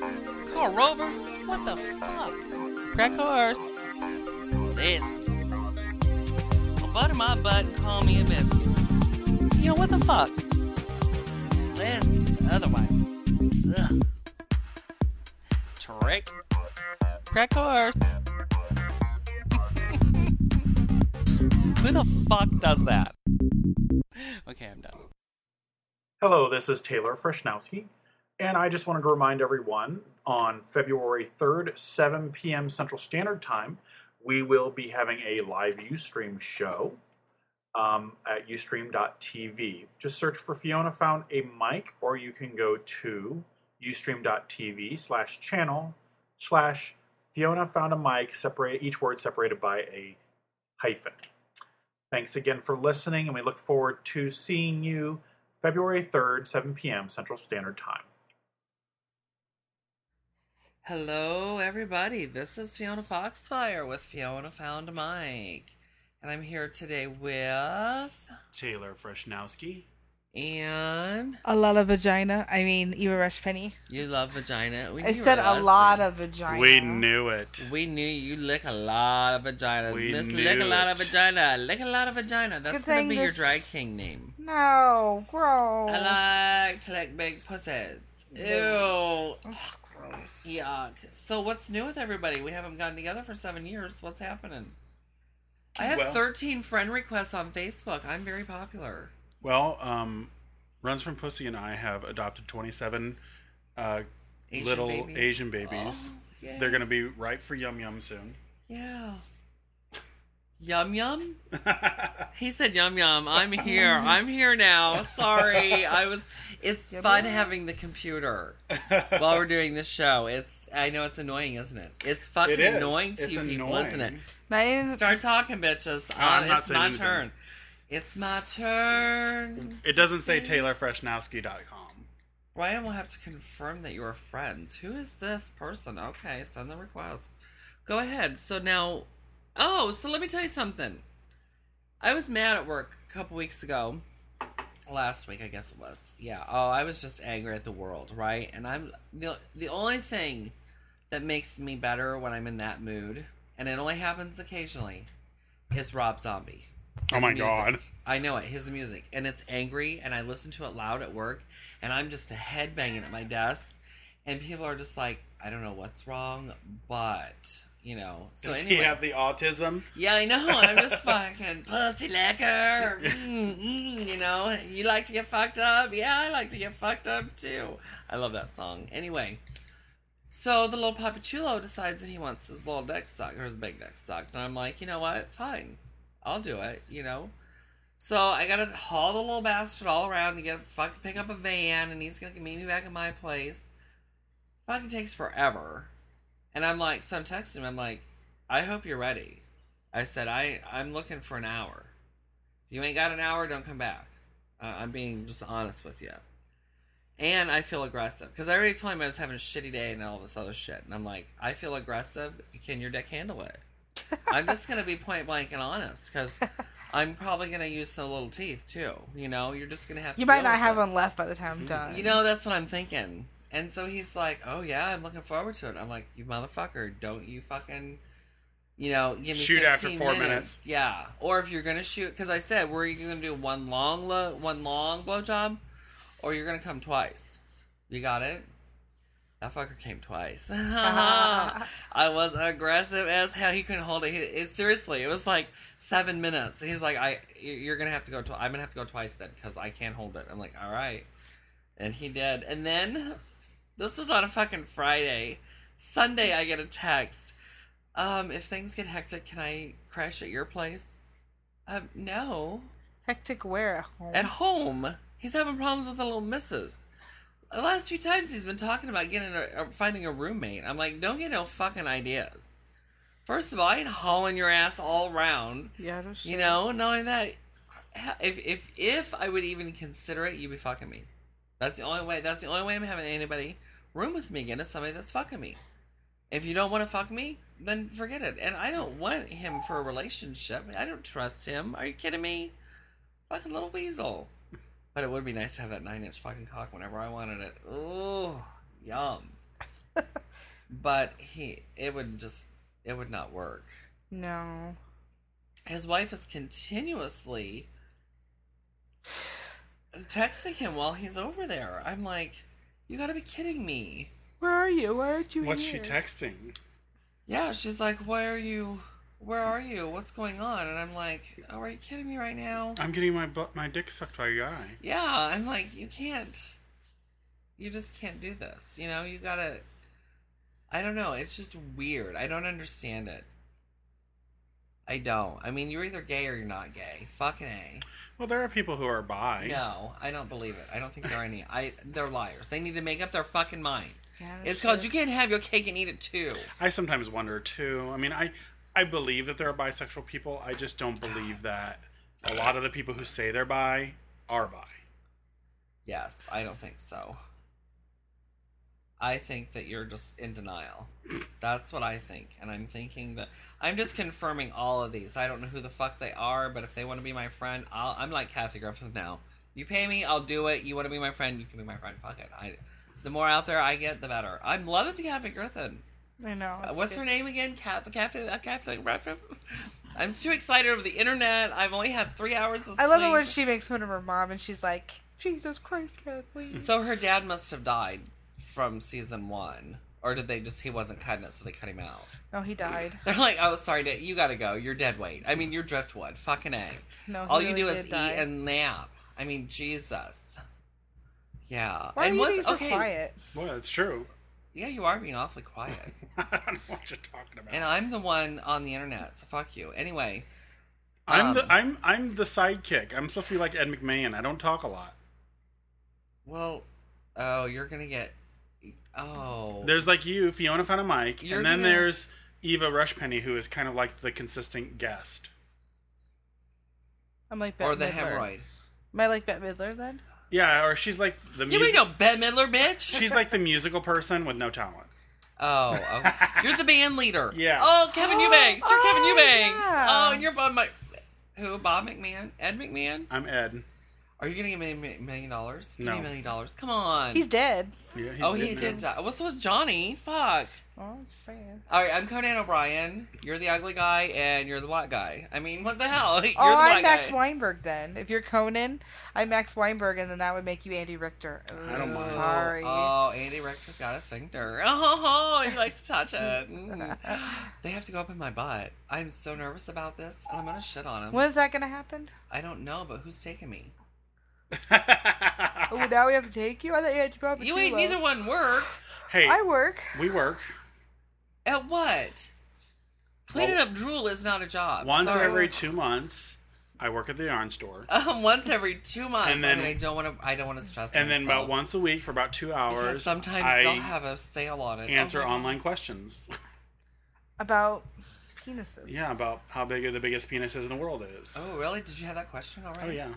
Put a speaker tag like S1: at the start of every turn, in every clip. S1: a rover? What the fuck? Crack cars. Biscuit. Well, butter my butt and call me a biscuit. You know, what the fuck? Lesbian, the other way. Ugh. Trick. Crack cars. Who the fuck does that? Okay, I'm done.
S2: Hello, this is Taylor Freshnowski, and I just wanted to remind everyone on February 3rd, 7 p.m. Central Standard Time, we will be having a live Ustream show um, at ustream.tv. Just search for Fiona Found a Mic, or you can go to ustream.tv slash channel slash Fiona Found a Mic, separate, each word separated by a hyphen. Thanks again for listening, and we look forward to seeing you February 3rd, 7 p.m. Central Standard Time.
S1: Hello, everybody. This is Fiona Foxfire with Fiona Found a Mike. And I'm here today with.
S2: Taylor Freshnowski.
S1: And
S3: A lot of vagina. I mean, Eva Rush Penny.
S1: you love vagina. We
S3: I
S1: knew you
S3: said
S1: were
S3: a
S1: lesbian.
S3: lot of vagina.
S2: We knew it.
S1: We knew you lick a lot of vagina.
S2: We
S1: Miss
S2: knew
S1: Lick a lot of
S2: it.
S1: vagina. Lick a lot of vagina.
S3: a
S1: That's
S3: good
S1: gonna
S3: thing
S1: be your
S3: this-
S1: drag king name.
S3: No, gross.
S1: I like to lick big pussies. Ew.
S3: That's gross.
S1: Yuck. So what's new with everybody? We haven't gotten together for seven years. What's happening? I have
S4: Well-
S1: 13 friend requests on Facebook. I'm very popular.
S4: Well, um, Runs from Pussy and I have adopted 27 uh,
S1: Asian
S4: little
S1: babies.
S4: Asian babies.
S1: Oh, yeah.
S4: They're going to be ripe for yum yum soon.
S1: Yeah. Yum yum. he said yum yum. I'm here. I'm here now. Sorry. I was it's
S3: Yum,
S1: fun
S3: yum.
S1: having the computer while we're doing this show. It's I know it's annoying, isn't it? It's fucking
S4: It is.
S1: annoying to
S4: It's
S1: you people,
S4: annoying.
S1: isn't it?
S3: Now, I didn't-
S1: Start talking, bitches.
S4: No, I'm
S1: Uh,
S4: not
S1: it's
S4: saying
S1: my
S4: anything.
S1: turn. It's my turn.
S4: It doesn't say TaylorFreshnowski.com.
S1: Ryan will have to confirm that you are friends. Who is this person? Okay, send the request. Go ahead. So now, oh, so let me tell you something. I was mad at work a couple weeks ago. Last week, I guess it was. Yeah. Oh, I was just angry at the world, right? And I'm the, the only thing that makes me better when I'm in that mood, and it only happens occasionally, is Rob Zombie.
S4: Oh my
S1: music.
S4: God.
S1: I know it. His music, and it's angry, and I listen to it loud at work, and I'm just a head banging at my desk, and people are just like, I don't know what's wrong, but you know. So
S4: Does
S1: anyway,
S4: he have the autism?
S1: yeah, I know. I'm just fucking pussy liquor. Mm, mm, you know, you like to get fucked up. Yeah, I like to get fucked up too. I love that song. Anyway, so the little papachulo decides that he wants his little dick sucked or his big dick sucked, and I'm like, you know what? Fine, I'll do it. You know. So I gotta haul the little bastard all around to get fucking pick up a van, and he's gonna meet me back at my place. Fucking takes forever, and I'm like, so I'm texting him. I'm like, I hope you're ready. I said, I, I'm looking for an hour. If you ain't got an hour, don't come back. Uh, I'm being just honest with you. And I feel aggressive because I already told him I was having a shitty day and all this other shit. And I'm like, I feel aggressive. Can your dick handle it? I'm just going to be point blank and honest because I'm probably going to use some little teeth too. You know, you're just going to have to
S3: you might
S1: deal
S3: not
S1: with
S3: have
S1: it.
S3: one left by the time I'm done.
S1: You know, that's what I'm thinking. And so he's like, "Oh yeah, I'm looking forward to it." I'm like, "You motherfucker, don't you fucking, you know, give me
S4: Shoot
S1: 15
S4: after four minutes.
S1: yeah." Or if you're gonna shoot, because I said, "Were you gonna do one long, lo- one long blowjob, or you're gonna come twice?" You got it. That fucker came twice. I was aggressive as hell. He couldn't hold it. He, it. Seriously, it was like seven minutes. He's like, "I, you're gonna have to go. Tw- I'm gonna have to go twice then because I can't hold it." I'm like, "All right." And he did. And then this was on a fucking Friday. Sunday I get a text. Um, if things get hectic, can I crash at your place? Um, no.
S3: Hectic wear at home.
S1: At home. He's having problems with the little missus. The last few times he's been talking about getting a, uh, finding a roommate. I'm like, don't get no fucking ideas. First of all, I ain't hauling your ass all round.
S3: yeah, no shit.
S1: You know, knowing that if if if I would even consider it, you'd be fucking me. That's the only way. That's the only way I'm having anybody room with me again is somebody that's fucking me. If you don't want to fuck me, then forget it. And I don't want him for a relationship. I don't trust him. Are you kidding me? Fucking little weasel. But it would be nice to have that nine inch fucking cock whenever I wanted it. Ooh, yum. but he it would just it would not work.
S3: No.
S1: His wife is continuously texting him while he's over there. I'm like, you got to be kidding me.
S3: Where are you? Why aren't you
S4: What's she
S3: here?
S4: texting?
S1: Yeah, she's like, why are you? Where are you? What's going on? And I'm like, oh, are you kidding me right now?
S4: I'm getting my butt, my dick sucked by a guy.
S1: Yeah, I'm like, you can't. You just can't do this. You know, you gotta. I don't know. It's just weird. I don't understand it. I don't. I mean, you're either gay or you're not gay. Fucking a.
S4: Well, there are people who are bi.
S1: No, I don't believe it. I don't think there are any. I they're liars. They need to make up their fucking mind.
S3: Yeah,
S1: It's
S3: sure.
S1: called you can't have your cake and eat it too.
S4: I sometimes wonder too. I mean, I I believe that there are bisexual people. I just don't believe that a lot of the people who say they're bi are bi.
S1: Yes, I don't think so. I think that you're just in denial. That's what I think. And I'm thinking that I'm just confirming all of these. I don't know who the fuck they are, but if they want to be my friend, I'll, I'm like Kathy Griffith now. You pay me, I'll do it. You want to be my friend, you can be my friend. Fuck it. I, the more out there I get, the better. I'm loving the Kathy Griffin.
S3: I know.
S1: Uh,
S3: it's
S1: What's
S3: good.
S1: her name again? Kathy, Kathy, Kathy Griffin. I'm too excited over the internet. I've only had three hours of
S3: I love it
S1: sleep.
S3: when she makes fun of her mom and she's like, Jesus Christ, Kathleen.
S1: So her dad must have died from season one, or did they just he wasn't cutting it, so they cut him out?
S3: No, he died.
S1: They're like, oh, sorry, Dad, you gotta go. You're dead weight. I mean, you're driftwood. Fucking a.
S3: No, he
S1: All
S3: really
S1: you do
S3: did
S1: is
S3: die.
S1: eat and nap. I mean, Jesus. Yeah.
S3: Why
S1: and
S3: are you
S1: what's-
S3: being so quiet?
S4: Well, it's true.
S1: Yeah, you are being awfully quiet.
S4: I don't know what you're talking about.
S1: and I'm the one on the internet, so fuck you. Anyway,
S4: I'm
S1: um,
S4: the I'm I'm the sidekick. I'm supposed to be like Ed McMahon. I don't talk a lot.
S1: well, oh, you're gonna get. Oh.
S4: There's like you, Fiona Fenimike,
S1: You're
S4: and then
S1: gonna-
S4: there's Eva Rushpenny, who is kind of like the consistent guest.
S3: I'm like Bette
S1: or the
S3: Midler.
S1: hemorrhoid.
S3: Am I like Bette Midler then?
S4: Yeah, or she's like the
S1: You ain't
S4: music-
S1: no Bette Midler, bitch.
S4: she's like the musical person with no talent.
S1: Oh, okay. you're the band leader.
S4: Yeah.
S1: Oh, Kevin Eubanks. You're Kevin
S3: Oh,
S1: Eubanks.
S3: yeah.
S1: Oh, and you're Bob Mc. Who? Bob McMahon? Ed McMahon?
S4: I'm Ed.
S1: Are you gonna give me a mi- million dollars? Give me
S4: No.
S1: a million dollars. Come on.
S3: He's dead.
S4: Yeah, he's
S1: oh,
S4: dead
S1: he
S4: now.
S1: did. Die. Well, so was Johnny. Fuck.
S3: Oh, I'm just saying.
S1: All right, I'm Conan O'Brien. You're the ugly guy, and you're the white guy. I mean, what the hell? You're
S3: oh,
S1: the
S3: I'm
S1: white
S3: Max
S1: guy.
S3: Weinberg then. If you're Conan, I'm Max Weinberg, and then that would make you Andy Richter.
S4: I don't
S3: Ooh,
S4: mind.
S3: Sorry.
S1: Oh, Andy Richter got a sphincter. Oh, he likes to touch it. Mm. They have to go up in my butt. I'm so nervous about this, and I'm gonna shit on him.
S3: when is that going to happen?
S1: I don't know, but who's taking me?
S3: Oh, now we have to take you. I thought you had to go up
S1: You ain't neither one work.
S4: hey,
S3: I work.
S4: we work
S1: At what? Cleaning
S4: Well,
S1: up drool is not a job.
S4: once
S1: Sorry.
S4: every two months. I work at the yarn store,
S1: um, once every two months.
S4: And then-
S1: I, mean, I don't want to. I don't want to stress.
S4: and then about
S1: myself.
S4: once a week for about two hours.
S1: Because sometimes
S4: I
S1: they'll have a sale on it.
S4: answer
S1: Oh my
S4: online questions.
S3: About penises.
S4: yeah, about how big the biggest penis is in the world is.
S1: God. Oh really? Did you have that question already?
S4: Oh, yeah.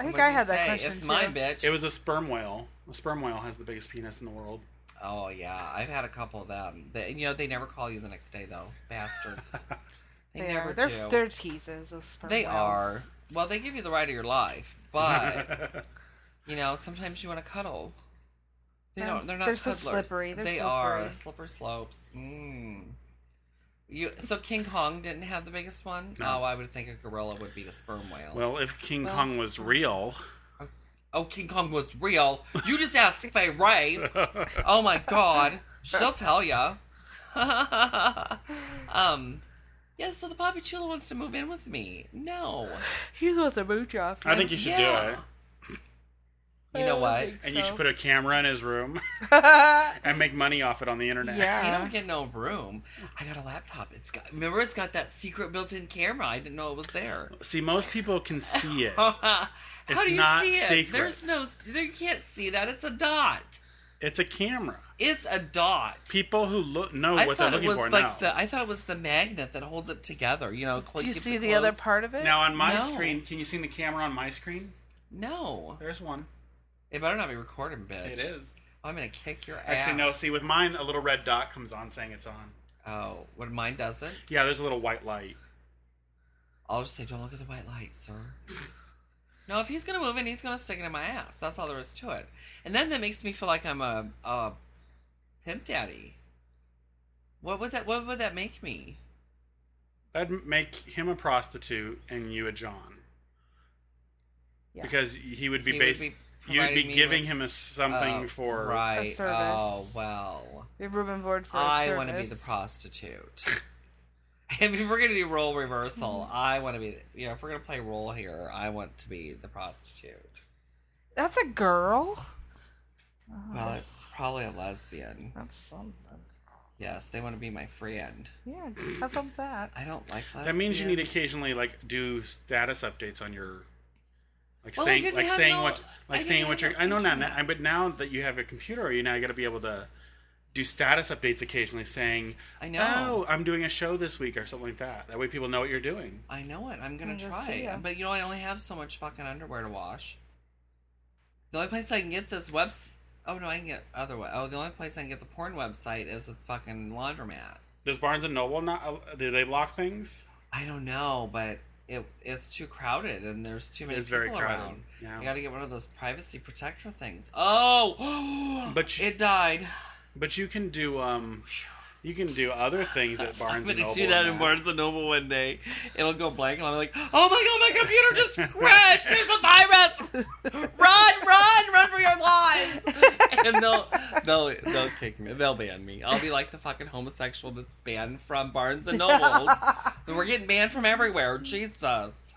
S3: I think
S1: What'd
S3: I
S1: you
S3: had that
S1: say?
S3: question
S1: It's
S3: too.
S1: my bitch.
S4: It was a sperm whale. A sperm whale has the biggest penis in the world.
S1: Oh yeah, I've had a couple of them. They, you know, they never call you the next day though, bastards. They,
S3: They
S1: never
S3: are. They're,
S1: do.
S3: they're teases. Those sperm
S1: They
S3: whales.
S1: are. Well, they give you the right of your life, but you know, sometimes you want to cuddle. They
S3: Um,
S1: don't. They're not.
S3: they're so
S1: cuddlers.
S3: slippery. They're
S1: They
S3: slippery.
S1: are slipper slopes. Mm. You so King Kong didn't have the biggest one.
S4: No.
S1: Oh, I would think a gorilla would beat a sperm whale.
S4: Well, if King Kong was real,
S1: oh, King Kong was real. You just asked Faye Ray. oh my God, she'll tell ya. um, yeah. So the Bobby Chula wants to move in with me. No,
S3: He's with a mooch off.
S4: I think you should
S1: Yeah.
S4: do it.
S1: you know what?
S4: And you should put a camera in his room and make money off it on the internet.
S1: You
S3: Yeah.
S1: don't get no room. I got a laptop. It's got remember it's got that secret built-in camera. I didn't know it was there.
S4: See, most people can see it.
S1: How
S4: It's
S1: do you
S4: not
S1: see it?
S4: secret.
S1: There's no there you can't see that. It's a dot.
S4: It's a camera.
S1: It's a dot.
S4: People who look know
S1: I
S4: what they're
S1: thought it
S4: looking
S1: was
S4: for
S1: like
S4: now.
S1: the I thought it was the magnet that holds it together, you know, cl-
S3: Do you
S1: keeps
S3: see
S1: it
S3: the other
S1: closed.
S3: part of it?
S4: Now on my
S1: No.
S4: screen, can you see the camera on my screen?
S1: No.
S4: There's one.
S1: It better not be recording, bitch.
S4: It is.
S1: I'm gonna kick your ass.
S4: Actually, no. See, with mine, a little red dot comes on saying it's on.
S1: Oh, when mine doesn't,
S4: Yeah, there's a little white light.
S1: I'll just say, Don't look at the white light, sir. no, if he's gonna move in, he's gonna stick it in my ass. That's all there is to it. And then that makes me feel like I'm a, a pimp daddy. What would that? What would that make me?
S4: That'd make him a prostitute and you a John.
S3: Yeah.
S4: Because he would be
S1: He would
S4: based.
S1: be
S4: you'd be
S1: providing me
S4: giving
S1: with-
S4: him a something
S1: Oh,
S4: for.
S1: right.
S3: service.
S1: Oh well.
S3: We have room and board for a
S1: I want to be the
S3: service.
S1: prostitute. if we're gonna do role reversal, I want to be. You know, if we're gonna play role here, I want to be the prostitute.
S3: That's a girl.
S1: Well, it's probably a lesbian.
S3: That's something.
S1: Yes, they want to be my friend.
S3: Yeah, how about that?
S1: I don't like lesbians.
S4: That means you need to occasionally like do status updates on your like
S1: Well, I
S4: saying
S1: didn't
S4: like
S1: have
S4: saying
S1: no-
S4: what
S1: I
S4: like
S1: didn't
S4: saying what
S1: have
S4: you're I know now
S1: internet.
S4: now- but now that you have a computer you now you got to be able to do status updates occasionally saying
S1: I know.
S4: oh I'm doing a show this week or something like that that way people know what you're doing
S1: I know it. I'm gonna
S3: Mm,
S1: try
S3: see ya.
S1: it, but you know, I only have so much fucking underwear to wash. The only place I can get this webs. Oh no, I can get other. we- Oh, the only place I can get the porn website is the fucking laundromat.
S4: does Barnes and Noble not uh, do they block things
S1: I don't know, but it it's too crowded and there's too many
S4: It's
S1: people
S4: very crowded,
S1: around.
S4: yeah.
S1: You got to get one of those privacy protector things. Oh,
S4: But you-
S1: it died.
S4: but you can do um you can do other things at Barnes
S1: I'm
S4: and
S1: gonna
S4: Noble
S1: do that
S4: and
S1: in Barnes and Noble one day. It'll go blank, and I'm like, "Oh my god, my computer just crashed! There's a virus! Run, run, run for your lives!" And they'll they'll they'll kick me. They'll ban me. I'll be like the fucking homosexual that's banned from Barnes and Noble. We're getting banned from everywhere. Jesus,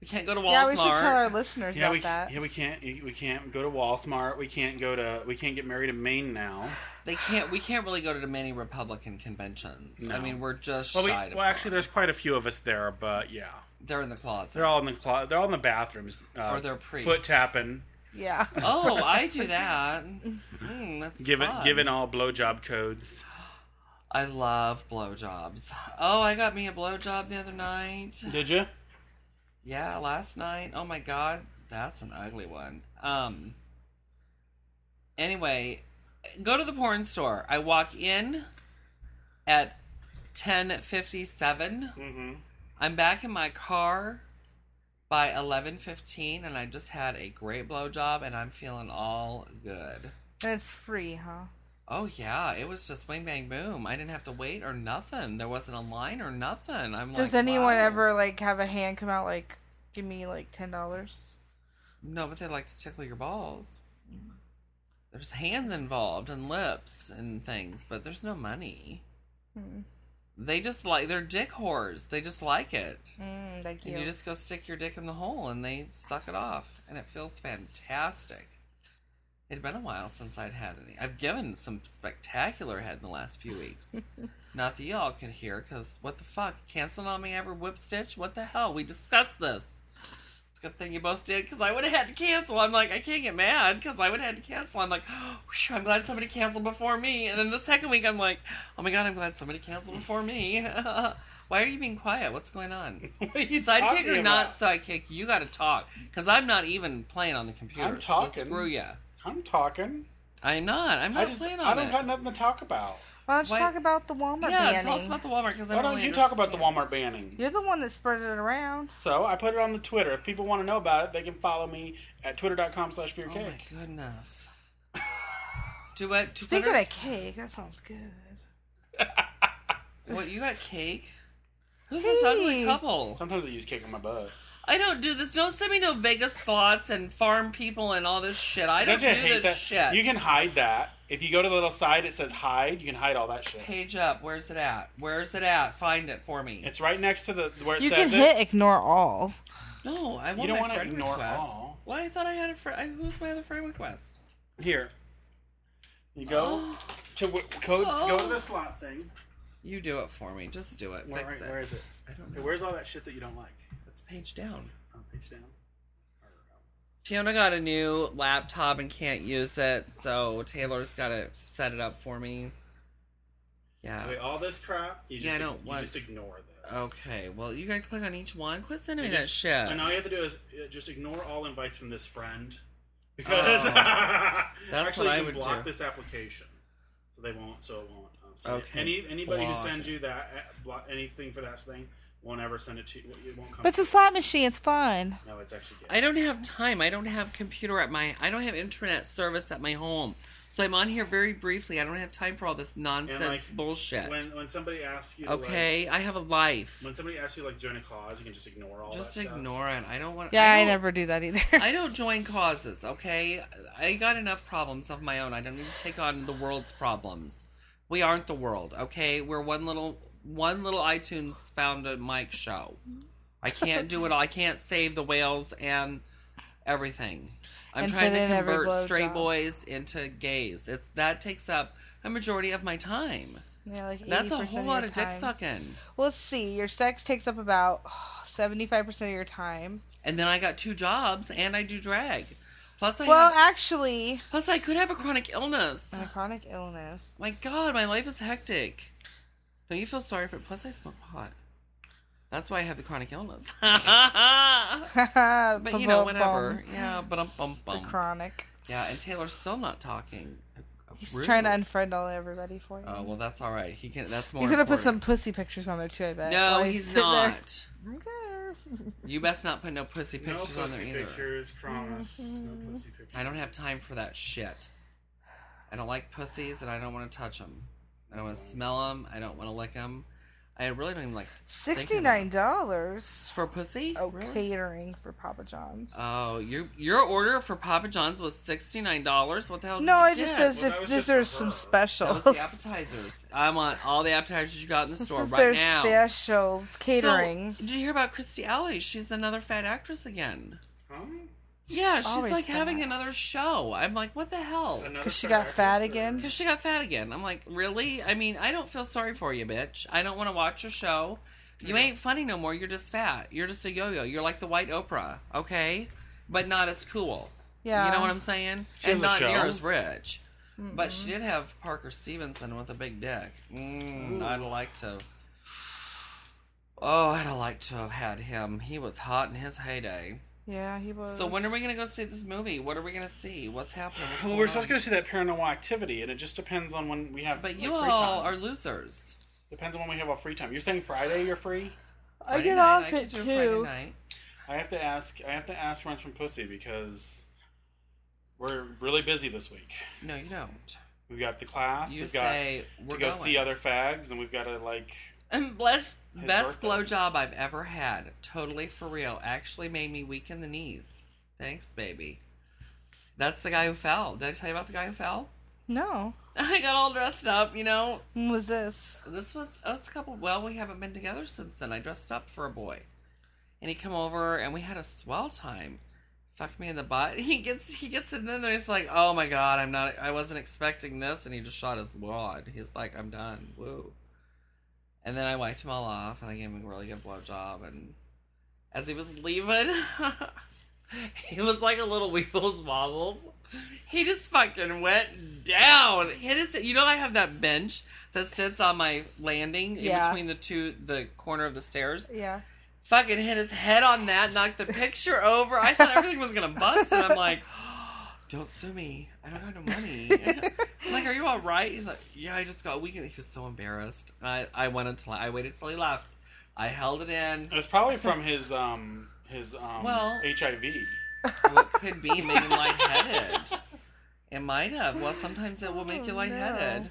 S1: we can't go to Walmart.
S3: Yeah, we should tell our listeners
S4: yeah
S3: about
S4: we,
S3: that.
S4: yeah we can't we can't go to Walmart we can't go to we can't get married in Maine now
S1: They can't. We can't really go to many Republican conventions. I
S4: No.
S1: mean, we're just
S4: Well, we,
S1: shy.
S4: well actually, there's quite a few of us there, but yeah,
S1: they're in the closet.
S4: they're all in the clo- they're all in the bathrooms. Uh,
S1: Or they're priests.
S4: foot tapping,
S3: Yeah.
S1: Oh, I do that. Mm, that's
S4: giving
S1: fun.
S4: giving all blowjob codes.
S1: I love blowjobs. Oh, I got me a blowjob the other night.
S4: Did you?
S1: Yeah, last night. Oh my god, that's an ugly one. Um. Anyway, go to the porn store. I walk in at ten I'm back in my car by eleven fifteen, and I just had a great blowjob, and I'm feeling all good.
S3: And it's free, huh?
S1: Oh yeah, it was just wing bang boom. I didn't have to wait or nothing. There wasn't a line or nothing. I'm
S3: Does
S1: like,
S3: anyone
S1: wow.
S3: ever like have a hand come out like give me like ten dollars?
S1: No, but they like to tickle your balls. There's hands involved and lips and things, but there's no money. They just like they're dick whores. They just like it.
S3: Mm, thank
S1: And
S3: you.
S1: you just go stick your dick in the hole and they suck it off. And it feels fantastic. It'd been a while since I'd had any. I've given some spectacular head in the last few weeks. Not that y'all could hear, because what the fuck? Canceling on me every whip stitch? What the hell? We discussed this. It's a good thing you both did, because I would have had to cancel. I'm like, I can't get mad, because I would have had to cancel. I'm like, whew, I'm glad somebody canceled before me. And then the second week, I'm like, oh my god, I'm glad somebody canceled before me. Why are you being quiet? What's going on?
S4: What are you
S1: Sidekick
S4: talking
S1: or not
S4: about?
S1: sidekick, you gotta talk. Because I'm not even playing on the computer.
S4: I'm talking.
S1: So screw ya.
S4: I'm talking.
S1: I'm not. I'm not
S4: I just I
S1: playing
S4: don't
S1: on it.
S4: got nothing to talk about.
S3: Why don't you
S1: Why-
S3: talk about the Walmart
S1: yeah,
S3: banning?
S1: tell us about the Walmart because I
S4: Why
S1: don't
S4: don't
S1: really
S4: you talk about the
S1: understand.
S4: Walmart banning?
S3: You're the one that spread it around.
S4: So I put it on the Twitter. If people want to know about it, they can follow me at twitter.com slash
S1: Oh my
S4: fearcake.
S1: goodness. Do what? Do
S3: Speaking
S1: butters-
S3: of cake, that sounds good.
S1: what? You got cake? Who's this ugly
S3: Hey.
S1: couple?
S4: Sometimes I use cake in my butt.
S1: I don't do this. Don't send me no Vegas slots and farm people and all this shit. I don't,
S4: Don't you
S1: do this
S4: hate that?
S1: shit.
S4: You can hide that. If you go to the little side, it says hide. You can hide all that shit.
S1: page up. Where's it at? Where's it at? Find it for me.
S4: It's right next to the where it
S3: You can
S4: says it.
S3: hit ignore all.
S1: No, I want
S4: don't
S1: my
S4: wanna
S1: friend
S4: ignore
S1: request.
S4: all.
S1: Well, I thought I had a friend. Who's my other friend request?
S4: Here. You go to w- code,
S1: Oh.
S4: go to the slot thing.
S1: You do it for me. Just do it.
S4: Where,
S1: Fix
S4: where-
S1: it.
S4: where is it?
S1: I don't
S4: Hey,
S1: know.
S4: Where's all that shit that you don't like?
S1: It's page down.
S4: On page down.
S1: Fiona got a new laptop and can't use it, so Taylor's got to set it up for me.
S4: Wait,
S1: Yeah.
S4: all this crap. You just,
S1: Oh. Yeah, I don't
S4: you
S1: want-
S4: just ignore this.
S1: Okay. Well, you gotta click on each one. Quit sending me
S4: You
S1: that
S4: just-
S1: shit.
S4: And all you have to do is uh, just ignore all invites from this friend because actually
S1: Oh. what I
S4: you
S1: would
S4: can block
S1: do.
S4: this application, so they won't. So it won't. Um, send it.
S1: Okay,
S4: Any anybody who
S1: block
S4: sends you that uh, block anything for that thing won't ever send it to you. It won't come.
S3: But it's a slot machine. It's fine.
S4: no, it's actually good.
S1: I don't have time. I don't have computer at my. I don't have internet service at my home. So So I'm on here very briefly. I don't have time for all this nonsense
S4: like,
S1: bullshit.
S4: When when somebody asks you, to, like-
S1: okay, I have a life.
S4: when somebody asks you like join a cause, you can just ignore all
S1: Just
S4: that stuff.
S1: ignore it. I don't want.
S3: Yeah, I,
S1: don't-
S3: never do that either.
S1: I don't join causes. Okay, I got enough problems of my own. I don't need to take on the world's problems. We aren't the world. Okay, we're one little one little iTunes found a mic show. I can't do it all. I can't save the whales and everything. I'm
S3: And
S1: trying
S3: fit
S1: to
S3: in every
S1: convert straight
S3: blowjob.
S1: boys into gays. It's that takes up a majority of my time.
S3: yeah, like 80%
S1: That's a
S3: your
S1: whole lot of dick
S3: time.
S1: sucking.
S3: Well, let's see. Your sex takes up about seventy-five percent of your time.
S1: And then I got two jobs and I do drag. Plus I
S3: well,
S1: have,
S3: actually,
S1: plus I could have a chronic illness.
S3: a chronic illness.
S1: My God, my life is hectic. Don't you feel sorry for? Plus, I smoke pot. That's why I have the chronic illness. but you know, whatever. Um, Yeah, but I'm bum
S3: The
S1: bum.
S3: chronic.
S1: Yeah, and Taylor's still not talking.
S3: He's
S1: Rude.
S3: trying to unfriend all everybody for you.
S1: Oh well, that's all right. He can. That's more.
S3: he's gonna put some
S1: important.
S3: pussy pictures on there too. I bet.
S1: No,
S3: while you
S1: he's
S3: sit there.
S1: not.
S3: Okay.
S1: You best not put no pussy
S4: No
S1: pictures on there
S4: pussy
S1: either.
S4: pictures, promise.
S3: Mm-hmm.
S4: No pussy pictures.
S1: I don't have time for that shit. I don't like pussies, and I don't want to touch them. I don't want to smell them. I don't want to lick them. I really don't even like thinking about
S3: Sixty-nine dollars.
S1: For pussy?
S3: Oh,
S1: Really?
S3: catering for Papa John's.
S1: Oh, your your order for Papa John's was sixty nine dollars. What the hell? did
S3: no,
S1: you
S3: it just
S1: get?
S3: says
S4: Well, that
S3: if
S4: was
S3: these
S4: just
S3: are
S4: for
S3: some
S4: her.
S1: That
S3: specials.
S1: was the appetizers. I want all the appetizers you got in the store
S3: Since
S1: right
S3: there's
S1: now.
S3: specials
S1: So,
S3: catering.
S1: did you hear about Christy Alley? She's another fat actress again.
S4: Huh?
S1: Yeah, she's
S3: always
S1: like
S3: fat.
S1: having another show. I'm like, what the hell?
S4: Another
S3: Because she
S4: fat
S3: got fat
S4: actress,
S3: again.
S1: Because she got fat again. I'm like, really? I mean, I don't feel sorry for you, bitch. I don't want to watch your show. You ain't funny no more. You're just fat. You're just a yo yo. You're like the white Oprah, okay? But not as cool.
S3: Yeah.
S1: You know what I'm saying?
S4: She
S1: and
S4: has a
S1: not
S4: show.
S1: near as rich. But she did have Parker Stevenson with a big dick. Mm, I'd like to. Oh, I'd have liked to have had him. He was hot in his heyday.
S3: Yeah, he was.
S1: So when are we gonna go see this movie? What are we gonna see? What's happening? What's
S4: Well, we're
S1: going
S4: supposed
S1: on?
S4: to go see that paranormal activity, and it just depends on when we have.
S1: But
S4: like,
S1: you
S4: free
S1: all
S4: time.
S1: are losers.
S4: Depends on when we have our free time. You're saying Friday you're free?
S3: I
S1: Friday
S3: get
S1: night,
S3: off
S1: I
S3: at
S1: could do Friday
S3: two.
S1: night.
S4: I have to ask. I have to ask Runs from Pussy because we're really busy this week.
S1: No, you don't.
S4: We've got the class.
S1: You
S4: we've got
S1: say we're
S4: to go
S1: going.
S4: see other fags, and we've got to like.
S1: And blessed,
S4: His
S1: best
S4: birthday.
S1: blowjob I've ever had. Totally for real. Actually made me weak in the knees. Thanks, baby. That's the guy who fell. Did I tell you about the guy who fell?
S3: No.
S1: I got all dressed up, you know.
S3: When was this?
S1: This was us a couple. Well, we haven't been together since then. I dressed up for a boy, and he come over, and we had a swell time. Fuck me in the butt. He gets he gets in there. He's like, oh my god, I'm not. I wasn't expecting this, and he just shot his wad. He's like, I'm done. Woo. And then I wiped him all off, and I gave him a really good blowjob. And as he was leaving, he was like a little Weebles Wobbles. He just fucking went down. Hit his, you know, I have that bench that sits on my landing
S3: Yeah.
S1: in between the two, the corner of the stairs.
S3: Yeah.
S1: Fucking hit his head on that, knocked the picture over. I thought everything was gonna bust, and I'm like, "Don't sue me. I don't have no money." I'm like, "Are you all right?" He's like, "Yeah, I just got weekend." He was so embarrassed, and I, I wanted to. I waited till he left. I held it in.
S4: It was probably from his um his um
S1: Well-
S4: HIV.
S1: Well, it could be made him lightheaded. It might have. Well, sometimes it will make you
S3: Oh,
S1: lightheaded.
S3: no.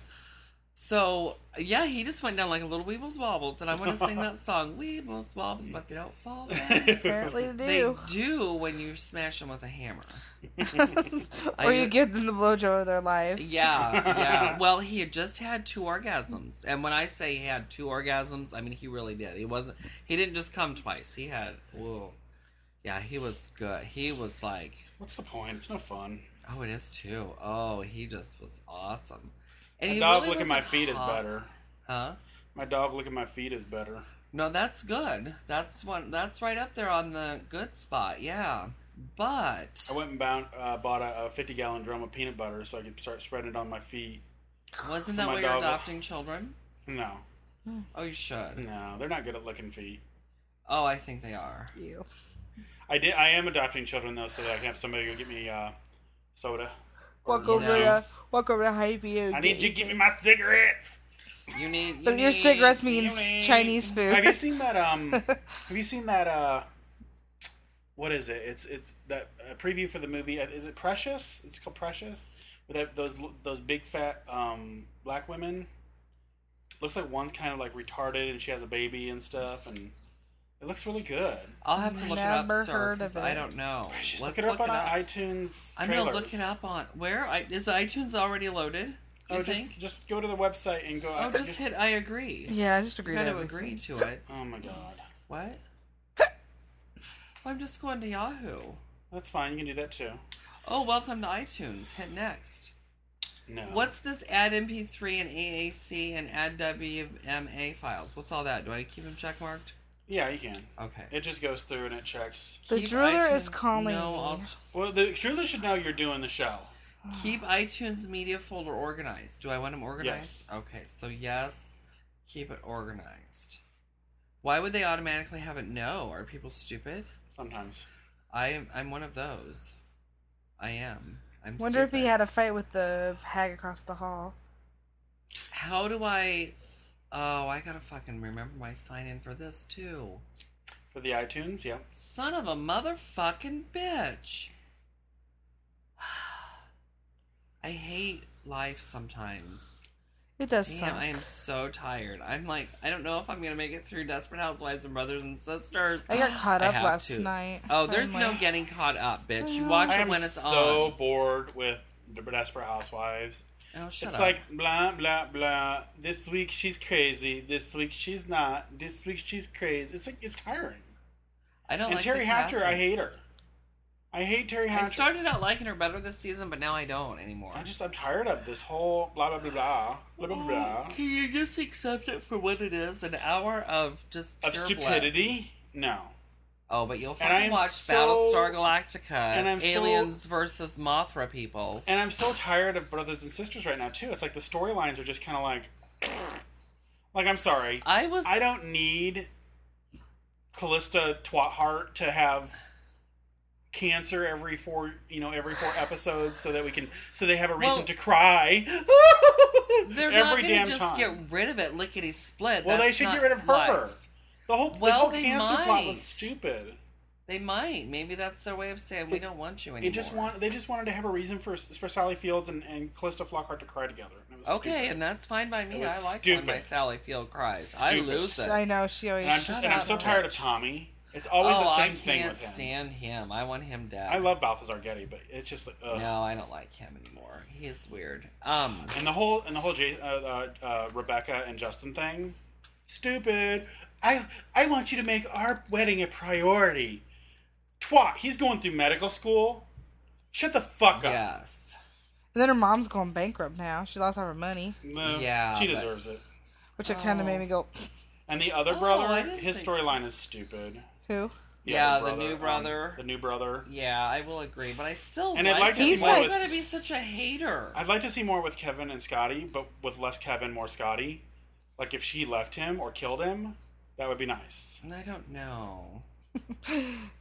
S1: So yeah, he just went down like a little Weebles Wobbles, and I want to sing that song, Weebles Wobbles, but they don't fall down.
S3: Apparently
S1: They
S3: they do.
S1: do when you smash them with a hammer. I
S3: or you
S1: kn-
S3: give them the blowjob of their life.
S1: Yeah, yeah. Well, he had just had two orgasms, and when I say he had two orgasms, I mean he really did. He wasn't. He didn't just come twice. He had. Whoa. Yeah, he was good. He was like.
S4: What's the point? It's no fun.
S1: Oh, it is too. Oh, he just was awesome. And
S4: My
S1: he
S4: dog
S1: really
S4: licking my
S1: wasn't
S4: feet is
S1: hot.
S4: better.
S1: Huh?
S4: My dog licking my feet is better.
S1: No, that's good. That's one. That's right up there on the good spot. Yeah, but
S4: I went and bound, uh, bought a, a 50 gallon drum of peanut butter so I could start spreading it on my feet.
S1: wasn't
S4: my
S1: that why you're
S4: dog-
S1: adopting children?
S4: No,
S1: Oh, you should.
S4: no, they're not good at licking feet.
S1: Oh, I think they are.
S3: You.
S4: I did. I am adopting children though, so that I can have somebody go get me uh, soda. or
S3: Walk over to
S4: juice.
S3: walk over to Hy-Vee.
S4: Oh, I need you to give me my cigarettes.
S1: You need. You
S3: But your
S1: need-
S3: cigarettes means
S4: Really?
S3: Chinese food.
S4: Have you seen that? Um, have you seen that? Uh, what is it? It's it's that uh, preview for the movie. uh, Is it Precious? It's called Precious. But that, those those big fat um, black women looks like one's kind of like retarded and she has a baby and stuff, and it looks really good.
S1: I'll have to look it up,
S3: Never
S1: sir,
S3: heard
S1: 'cause
S3: of
S1: I
S3: it.
S1: don't know.
S4: Just
S1: Let's
S4: look it up on
S1: up.
S4: iTunes.
S1: I'm
S4: trailers.
S1: gonna look it up on where I, is the iTunes already loaded? You
S4: Oh,
S1: think?
S4: just just go to the website and go.
S1: oh,
S4: out.
S1: just hit. I agree.
S3: Yeah, I just
S1: You
S3: agree.
S1: got
S3: to
S1: to
S3: everything.
S1: agree to it.
S4: Oh my god,
S1: What? Well, I'm just going to Yahoo.
S4: that's fine. You can do that too.
S1: Oh, welcome to iTunes. Hit next.
S4: No.
S1: What's this add MP3 and AAC and add WMA files? What's all that? Do I keep them checkmarked?
S4: Yeah, you can.
S1: Okay.
S4: It just goes through and it checks.
S3: The
S1: Keep
S3: driller is
S1: iTunes-
S3: calling
S1: No,
S3: me.
S1: I'll-
S4: Well, the Julie should know you're doing the show.
S1: Keep iTunes media folder organized. Do I want them organized?
S4: Yes.
S1: Okay, so yes, keep it organized. Why would they automatically have it no? Are people stupid?
S4: Sometimes.
S1: I am I'm one of those. I am. I'm
S3: Wonder if he
S1: stupid.
S3: had a fight with the hag across the hall.
S1: How do I Oh, I gotta fucking remember my sign in for this too.
S4: For the iTunes, yeah.
S1: Son of a motherfucking bitch. I hate life sometimes.
S3: It does
S1: Damn,
S3: suck.
S1: I am so tired. I'm like, I don't know if I'm gonna make it through Desperate Housewives and Brothers and Sisters.
S3: I got caught
S1: I
S3: up
S1: have
S3: last
S1: to.
S3: night.
S1: Oh, there's
S3: I'm
S1: no
S3: like-
S1: getting caught up, bitch. You watch
S4: I
S1: it
S4: am
S1: when it's
S4: so
S1: on.
S4: bored with the Desperate Housewives.
S1: Oh, shut
S4: it's
S1: up.
S4: like blah blah blah. This week she's crazy. This week she's not. This week she's crazy. It's like it's tiring.
S1: I don't
S4: and
S1: like
S4: Terry
S1: the
S4: Hatcher, I
S1: casting.
S4: hate her. I hate Terry Hatcher.
S1: I started out liking her better this season, but now I don't anymore.
S4: I just I'm tired of this whole blah blah blah blah blah blah blah
S1: Oh, Can you just accept it for what it is? An hour of just
S4: of
S1: pure
S4: stupidity. No.
S1: bliss. Oh, but you'll
S4: I
S1: fucking
S4: am
S1: watch
S4: so-
S1: Battlestar Galactica,
S4: and I'm so-
S1: aliens versus Mothra people.
S4: And I'm so tired of brothers and sisters right now too. It's like the storylines are just kind of like, like I'm sorry,
S1: I was
S4: I don't need Callista Twathart to have cancer every four, you know, every four episodes, so that we can, so they have a reason
S1: Well-
S4: to cry.
S1: They're not
S4: every
S1: going to
S4: damn
S1: just
S4: time.
S1: get rid of it lickety split.
S4: Well, they should get rid of her. The whole the
S1: Well,
S4: whole
S1: they
S4: cancer plot
S1: might.
S4: was stupid.
S1: They might. Maybe that's their way of saying we don't want you anymore.
S4: They just want they just wanted to have a reason for for Sally Fields and, and Callista Flockhart to cry together. And it was
S1: Okay,
S4: stupid.
S1: and that's fine by me.
S4: It was
S1: I like
S4: stupid.
S1: when my Sally Field cries. I
S4: Stupid.
S1: lose it.
S3: I know she always.
S4: And I'm, just, and I'm
S1: up,
S4: so
S1: bitch.
S4: tired of Tommy. It's always
S1: oh,
S4: the
S1: I
S4: same
S1: can't
S4: thing with him.
S1: stand him. I want him dead.
S4: I love Balthazar Getty, but it's just like ugh.
S1: No, I don't like him anymore. He is weird. Um,
S4: And the whole and the whole J, uh, uh, uh, Rebecca and Justin thing, stupid. I I want you to make our wedding a priority. Twat. He's going through medical school. Shut the fuck up.
S1: yes.
S3: And then her mom's going bankrupt now. She lost all her money,
S4: No,
S1: Yeah,
S4: she
S1: but-
S4: deserves it.
S3: which it
S1: Oh.
S3: kind of made me go,
S4: And the other
S1: Oh, I
S4: brother,
S1: didn't
S4: his
S1: think so.
S4: storyline is stupid.
S3: "Who?
S1: Yeah,
S4: other
S1: the new
S4: um,
S1: brother.
S4: the new brother.
S1: Yeah, I will agree, but I still
S4: And I'd
S1: like
S4: like to
S1: him.
S3: see
S1: He's
S3: more
S1: like
S4: with-
S1: going to be such a hater.
S4: I'd like to see more with Kevin and Scotty, but with less Kevin, more Scotty. Like if she left him or killed him, that would be nice.
S1: I don't know.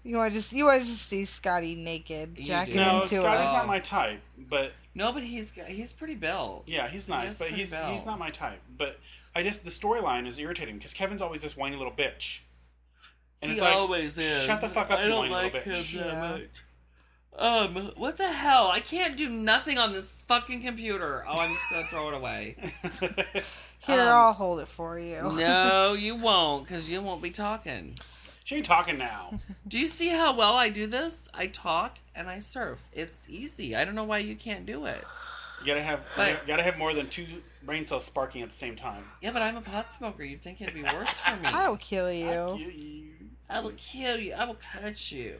S3: You want to just you want to just see Scotty naked,
S1: You
S3: jacket
S1: do.
S4: No,
S3: into
S4: Scotty's
S3: it."
S4: not my type, but
S1: No, but he's he's pretty built.
S4: yeah, he's nice,
S1: is
S4: but
S1: pretty
S4: he's
S1: bell.
S4: he's not my type. But I just the storyline is irritating because Kevin's always this whiny little bitch, and
S1: he
S4: it's like
S1: always is.
S4: shut the fuck up,
S1: I
S4: you
S1: don't
S4: whiny
S1: like
S4: little
S1: him
S4: bitch.
S1: that
S3: Yeah.
S1: much. Um, what the hell? I can't do nothing on this fucking computer. Oh, I'm just gonna throw it away.
S3: Here,
S1: Um,
S3: I'll hold it for you.
S1: no, you won't, because you won't be talking.
S4: she ain't talking now.
S1: Do you see how well I do this? I talk and I surf. It's easy. I don't know why you can't do it.
S4: You gotta have
S1: But-
S4: you gotta have more than two brain cells sparking at the same time.
S1: Yeah, but I'm a pot smoker. You'd think it'd be worse for me.
S3: I will kill you.
S4: You- you-
S1: I will kill you. I will cut you.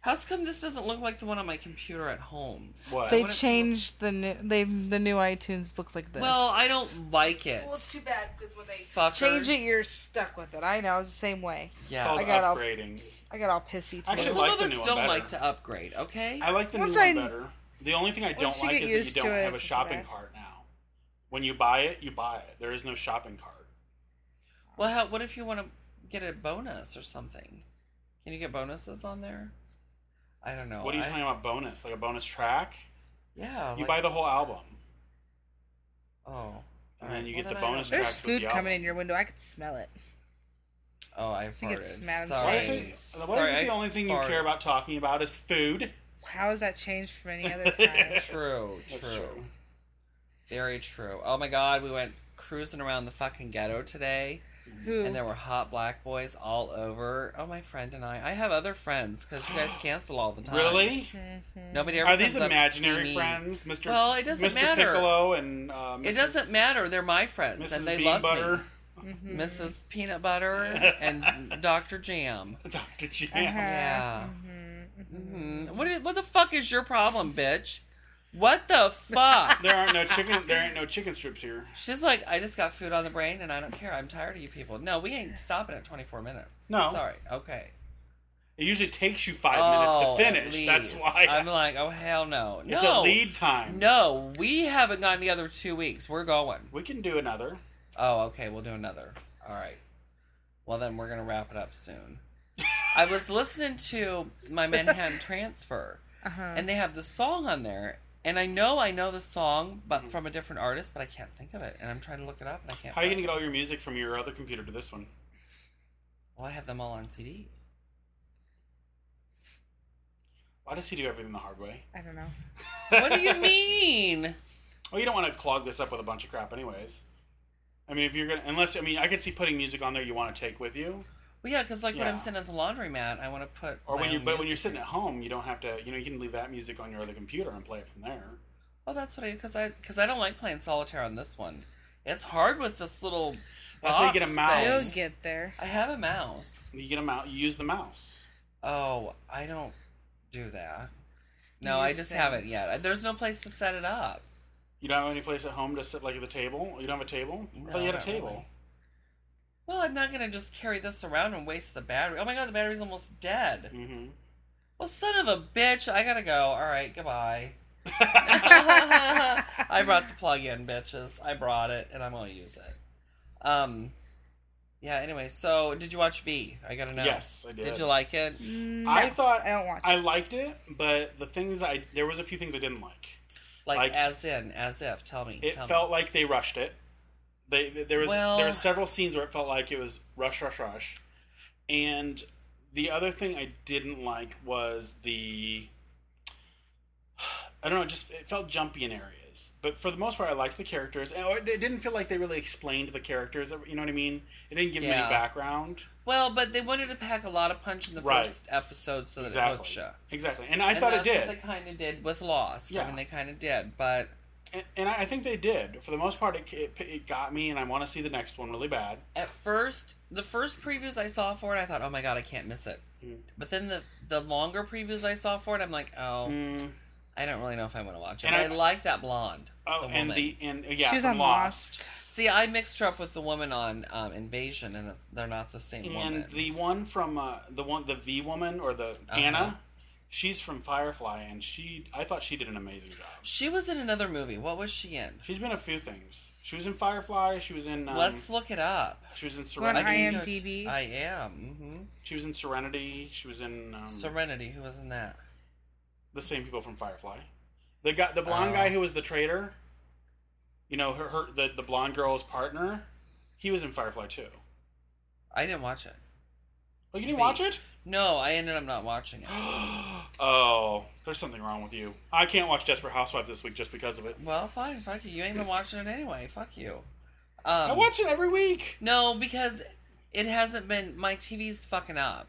S1: How's come this doesn't look like the one on my computer at home?
S4: What?
S3: They
S1: wanna-
S3: changed the new. They the new iTunes looks like this.
S1: Well, I don't like it.
S3: it's too bad because when they
S1: Fuckers.
S3: change it, you're stuck with it. I know. It's the same way.
S1: Yeah.
S4: called
S3: I got all-
S4: upgrading.
S3: I got all pissy.
S1: Well,
S4: I actually
S3: Too.
S1: some
S4: like
S1: of
S4: the
S1: us
S4: new one
S1: don't
S4: better.
S1: like to upgrade, okay?
S4: I like the
S3: Once
S4: new
S3: I-
S4: one better. The only thing I don't
S3: Once you
S4: like
S3: get
S4: is
S3: used
S4: that
S3: to
S4: you don't
S3: it,
S4: have a
S3: it's just
S4: shopping
S3: bad.
S4: cart now. When you buy it, you buy it. There is no shopping cart.
S1: well, how, what if you want to get a bonus or something? Can you get bonuses on there? I don't know.
S4: what are you
S1: I-
S4: talking about? Bonus, like a bonus track?
S1: Yeah.
S4: You
S1: like-
S4: buy the whole album,
S1: Oh. all
S4: and then
S1: right,
S4: you
S1: well,
S4: get the
S1: then I
S4: bonus
S1: don't-
S4: track.
S3: There's food coming in
S4: Your-
S3: your window. I could smell it.
S1: Oh, I
S3: think
S1: farted.
S3: it's Madam
S1: Sorry.
S4: why is it? Why
S1: Oh, Sorry,
S4: is it
S1: I
S4: the only thing you
S1: farted.
S4: care about talking about is food?
S3: How has that changed from any other time?
S1: True,
S4: That's
S1: true,
S4: true.
S1: Very true. Oh my god, we went cruising around the fucking ghetto today
S3: Who?
S1: and there were hot black boys all over. Oh, my friend and I. I have other friends because you guys cancel all the time.
S4: Really?
S1: Nobody ever
S4: Are these
S1: comes up to see
S4: imaginary
S1: me.
S4: friends, Mr.
S1: Well, it doesn't
S4: Mr.
S1: matter.
S4: Piccolo and uh, Mrs.
S1: It doesn't matter. They're my friends
S4: Mrs.
S1: and they
S4: Bean
S1: love
S4: Butter,
S1: me. Mrs. Peanut Butter and Dr. Jam.
S4: Dr. Jam.
S3: Uh-huh.
S1: Yeah. Mhm. What, is, what the fuck is your problem, bitch? What the fuck?
S4: There aren't no chicken. There ain't no chicken strips here.
S1: She's like, I just got food on the brain and I don't care. I'm tired of you people. No, we ain't stopping at 24 minutes.
S4: No.
S1: Sorry. Okay.
S4: It usually takes you five
S1: Oh, at
S4: minutes to finish. That's
S1: least.
S4: why
S1: I'm like, oh, hell no. No.
S4: it's a lead time.
S1: No, we haven't gotten together two weeks. We're going.
S4: We can do another.
S1: Oh, okay. We'll do another. All right. Well, then we're going to wrap it up soon. I was listening to my Manhattan Transfer,
S4: Uh-huh.
S1: and they have the song on there. And I know I know the song, but from a different artist, but I can't think of it. And I'm trying to look it up, and I can't.
S4: Mm-hmm. How are
S1: find
S4: you gonna
S1: it.
S4: get all your music from your other computer to this one?
S1: Well, I have them all on CD.
S4: Why does he do everything the hard way?
S3: I don't know.
S1: What do you mean?
S4: Well, you don't want to clog this up with a bunch of crap, anyways. I mean, if you're gonna, unless I mean, I could see putting music on there you want to take with you,
S1: Well, yeah, because like when
S4: Yeah.
S1: I'm sitting at the laundromat, I want to put.
S4: or
S1: my
S4: when you,
S1: own
S4: but when you're
S1: music
S4: sitting at home, you don't have to. You know, you can leave that music on your other computer and play it from there.
S1: in. Oh, that's what I because I because I don't like playing solitaire on this one. It's hard with this little.
S4: That's why you get
S1: box
S4: a mouse.
S1: thing.
S3: You'll
S4: Yes.
S3: get there.
S1: I have a mouse.
S4: You get a mouse. You use the mouse.
S1: Oh, I don't do that. No,
S3: You
S1: I
S3: use
S1: just
S3: things.
S1: haven't yet. There's no place to set it up.
S4: You don't have any place at home to sit like at the table. You don't have a table. I thought
S1: No,
S4: you had a
S1: not
S4: table.
S1: really. Well, I'm not gonna just carry this around and waste the battery. Oh my god, the battery's almost dead.
S4: Mm-hmm.
S1: Well, son of a bitch, I gotta go. All right, goodbye. I brought the plug-in, bitches. I brought it, and I'm gonna use it. Um, yeah. Anyway, so did you watch V? I gotta know.
S4: Yes, I did.
S1: Did you like it?
S4: I thought
S3: I don't watch
S4: I liked it, but the things I there was a few things I didn't like.
S1: Like,
S4: Like-
S1: as in, as if. Tell me.
S4: It
S1: tell
S4: felt like they rushed it. They th- there was
S1: Well-
S4: there were several scenes where it felt like it was rush, rush, rush. And the other thing I didn't like was the I don't know, it just it felt jumpy in areas. But for the most part, I liked the characters, and oh, it it didn't feel like they really explained the characters. You know what I mean? It didn't give them
S1: Yeah.
S4: any background.
S1: Well, but they wanted to pack a lot of punch in the
S4: Right.
S1: first episode so that it
S4: Exactly.
S1: hooked you.
S4: Exactly. And I
S1: and
S4: thought it
S1: that's
S4: did.
S1: what they kind of did with Lost. I
S4: Yeah.
S1: mean, they kind of did, but
S4: and, and I I think they did. For the most part, it, it, it got me, and I want to see the next one really bad.
S1: at first, the first previews I saw for it, I thought, "Oh my god, I can't miss it."
S4: Hmm.
S1: But then the the longer previews I saw for it, I'm like, "Oh,
S4: Mm.
S1: I don't really know if I want to watch it."
S4: And
S1: But I,
S4: I-
S1: like that blonde.
S4: Oh,
S1: the
S4: and
S1: woman.
S4: the and uh, yeah,
S3: she was
S4: from
S3: on Lost.
S1: see, I mixed her up with the woman on um, Invasion, and it's, they're not the same woman.
S4: And the one from uh, the one the V woman or the
S1: Uh-huh.
S4: Anna, she's from Firefly, and she I thought she did an amazing job.
S1: she was in another movie. What was she in?
S4: She's been a few things. She was in Firefly. She was in um,
S1: Let's look it up.
S4: she was in
S3: On
S1: I
S4: Serenity.
S1: can
S3: IMDb?
S1: go to- I am. hmm
S4: She was in Serenity. She was in um,
S1: Serenity. Who was in that?
S4: the same people from Firefly. The guy, the blonde
S1: Oh.
S4: guy who was the traitor. You know, her, her the the blonde girl's partner. He was in Firefly too.
S1: I didn't watch it.
S4: Oh, you didn't
S1: V.
S4: watch it?
S1: No, I ended up not watching it.
S4: Oh, there's something wrong with you. I can't watch Desperate Housewives this week just because of it.
S1: Well, fine, fuck you. You ain't been watching it anyway. Fuck you.
S4: I
S1: Um,
S4: watch it every week.
S1: no, because it hasn't been. My TV's fucking up,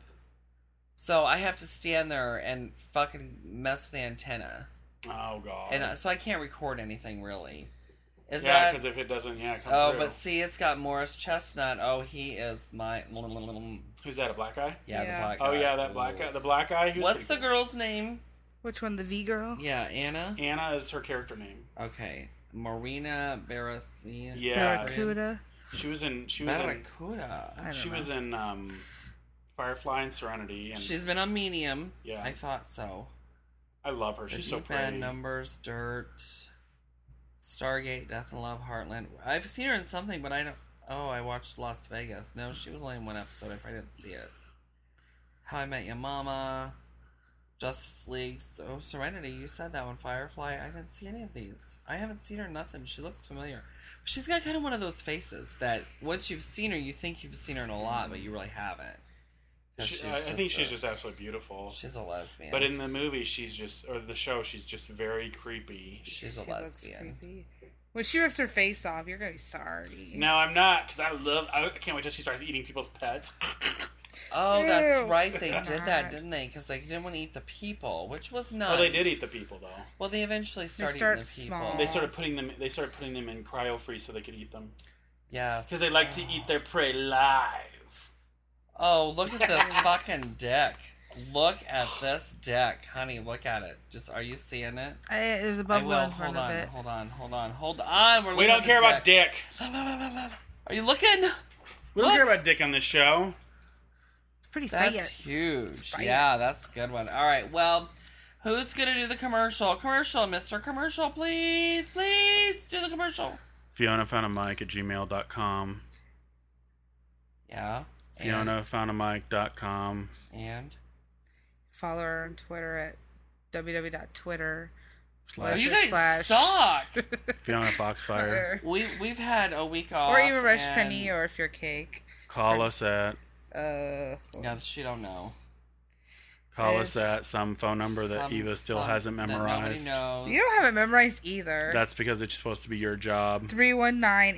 S1: so I have to stand there and fucking mess with the antenna,
S4: Oh god.
S1: and uh, so I can't record anything really. Is
S4: yeah,
S1: that?
S4: because if it doesn't, yeah, come
S1: Oh,
S4: through.
S1: but see, it's got Morris Chestnut. Oh, he is my.
S4: Who's that? A black guy?
S1: Yeah,
S3: Yeah.
S1: the black.
S4: Oh
S1: guy.
S4: yeah, that black guy. The black guy. Who's
S1: What's the girl's name?
S3: Which one? The V girl?
S1: Yeah, Anna.
S4: Anna is her character name.
S1: Okay, Marina Barasina.
S4: Yeah,
S3: Barracuda.
S4: she was in. She was in.
S1: Barracuda.
S3: I don't
S4: She
S3: know.
S4: was in um, Firefly and Serenity, and
S1: She's been on Medium.
S4: Yeah.
S1: I thought so.
S4: I love her.
S1: The
S4: She's so
S1: Deep End,
S4: pretty.
S1: Numbers, Dirt, Stargate, Death and Love, Heartland. I've seen her in something, but I don't. Oh, I watched Las Vegas. No, she was only in one episode. If I didn't see it, How I Met Your Mama, Justice League. Oh, Serenity. You said that one. Firefly. I didn't see any of these. I haven't seen her. in Nothing. She looks familiar. But she's got kind of one of those faces that once you've seen her, you think you've seen her in a lot, but you really haven't. No,
S4: She-
S1: she's
S4: I, I think
S1: just
S4: she's
S1: a-
S4: just absolutely beautiful.
S1: She's a lesbian.
S4: But in the movie, she's just, or the show, she's just very creepy.
S1: she's
S3: She
S1: a
S3: looks
S1: lesbian.
S3: creepy. When she rips her face off, you're gonna be sorry.
S4: No, I'm not, because I love, I can't wait till she starts eating people's pets.
S1: Oh, that's
S3: Ew.
S1: right. They did that,
S3: Not.
S1: didn't they? Because they didn't want to eat the people, which was not.
S4: Well, Oh, they did eat the people, though.
S1: Well, they eventually started
S3: start
S1: eating the people.
S3: small.
S4: They started putting them, they started putting them in cryo freeze so they could eat them.
S1: Yes.
S4: Because they like to eat their prey live.
S1: Oh, look at this fucking dick. Look at this dick, honey. Look at it. Just are you seeing it?
S3: I, there's a
S1: I
S3: bubble
S1: will.
S3: in front
S1: Hold on.
S3: of it.
S1: Hold on. Hold on. Hold on. We're
S4: We
S1: looking
S4: don't
S1: at
S4: care
S1: the
S4: about dick.
S1: La, la, la, la, la. Are you looking?
S4: We don't
S1: Look.
S4: care about dick on this show.
S3: It's pretty
S1: That's
S3: fat.
S1: huge.
S3: fire.
S1: Yeah, that's a good one. All right. Well, who's gonna do the commercial? Commercial, Mister Commercial, please, please do the commercial.
S4: Fiona found a mic at gmail.com.
S1: Yeah. And-
S4: Fiona found a mic.com.
S1: And
S3: Follow her on Twitter at www.twitter.
S1: oh, you guys
S3: slash-
S1: suck.
S4: Fiona Foxfire.
S1: we we've had a week off.
S3: Or even Rush
S1: and-
S3: Penny, or if you're cake.
S4: Call us at
S3: Uh,
S1: Yeah, she don't know.
S4: call us
S3: It's-
S4: at some phone number that
S1: Some-
S4: Eva still
S1: some
S4: hasn't
S1: that
S4: memorized.
S1: Nobody knows.
S3: you don't have it memorized either.
S4: That's because it's supposed to be your job.
S3: 319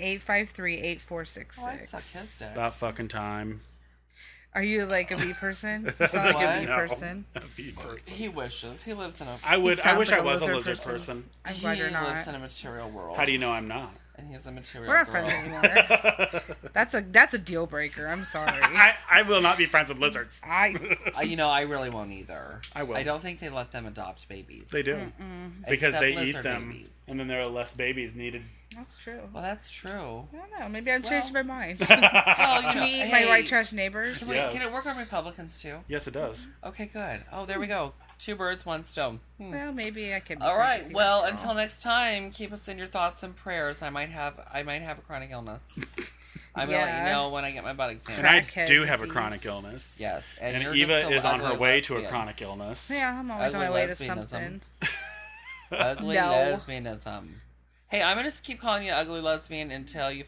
S1: Oh, I
S3: 853
S1: suck his
S3: 8466.
S1: dick.
S4: About fucking time.
S3: Are you like a bee person? You sound like a
S1: What?
S3: bee
S1: No.
S3: person.
S4: Be person.
S1: He wishes. He lives in a.
S4: I would. I
S3: sounds
S4: wish
S3: like
S4: I
S3: a
S4: was a
S3: lizard
S4: lizard person.
S3: person. I'm glad
S1: he
S3: you're
S1: lives
S3: not.
S1: in a material world.
S4: How do you know I'm not?
S1: And he's a material.
S3: We're not
S1: girl.
S3: friends anymore. that's a that's a deal breaker. I'm sorry.
S4: I, I will not be friends with lizards.
S3: I
S1: Uh, you know, I really won't either.
S4: I will.
S1: I don't think they let them adopt babies.
S4: They do because
S1: Except
S4: they eat
S1: lizard
S4: them,
S1: babies.
S4: and then there are less babies needed.
S3: that's true.
S1: Well, that's true.
S3: I don't know. Maybe I've changed my mind.
S1: Oh, you know,
S3: Me,
S1: hey,
S3: my white trash neighbors.
S1: Can, we,
S4: Yes.
S1: can it work on Republicans too?
S4: Yes, it does.
S1: Okay, good. Oh, there we go. Two birds, one stone. Hmm.
S3: Well, maybe I can. Be
S1: All
S3: friends
S1: right.
S3: with you
S1: Well,
S3: after
S1: until
S3: all.
S1: next time, keep us in your thoughts and prayers. I might have I might have a chronic illness. I'm gonna let
S3: Yeah.
S1: you know when I get my butt examined.
S4: And I
S3: Crackhead
S4: do have a
S3: disease.
S4: chronic illness.
S1: yes, and,
S4: And,
S1: you're just
S4: Eva
S1: so
S4: is on her
S1: ugly
S4: way to a
S1: lesbian.
S4: chronic illness.
S3: Yeah, I'm always on
S1: Ugly
S3: my way to
S1: lesbianism.
S3: something.
S1: Ugly
S3: No.
S1: lesbianism. Hey, I'm gonna just keep calling you ugly lesbian until you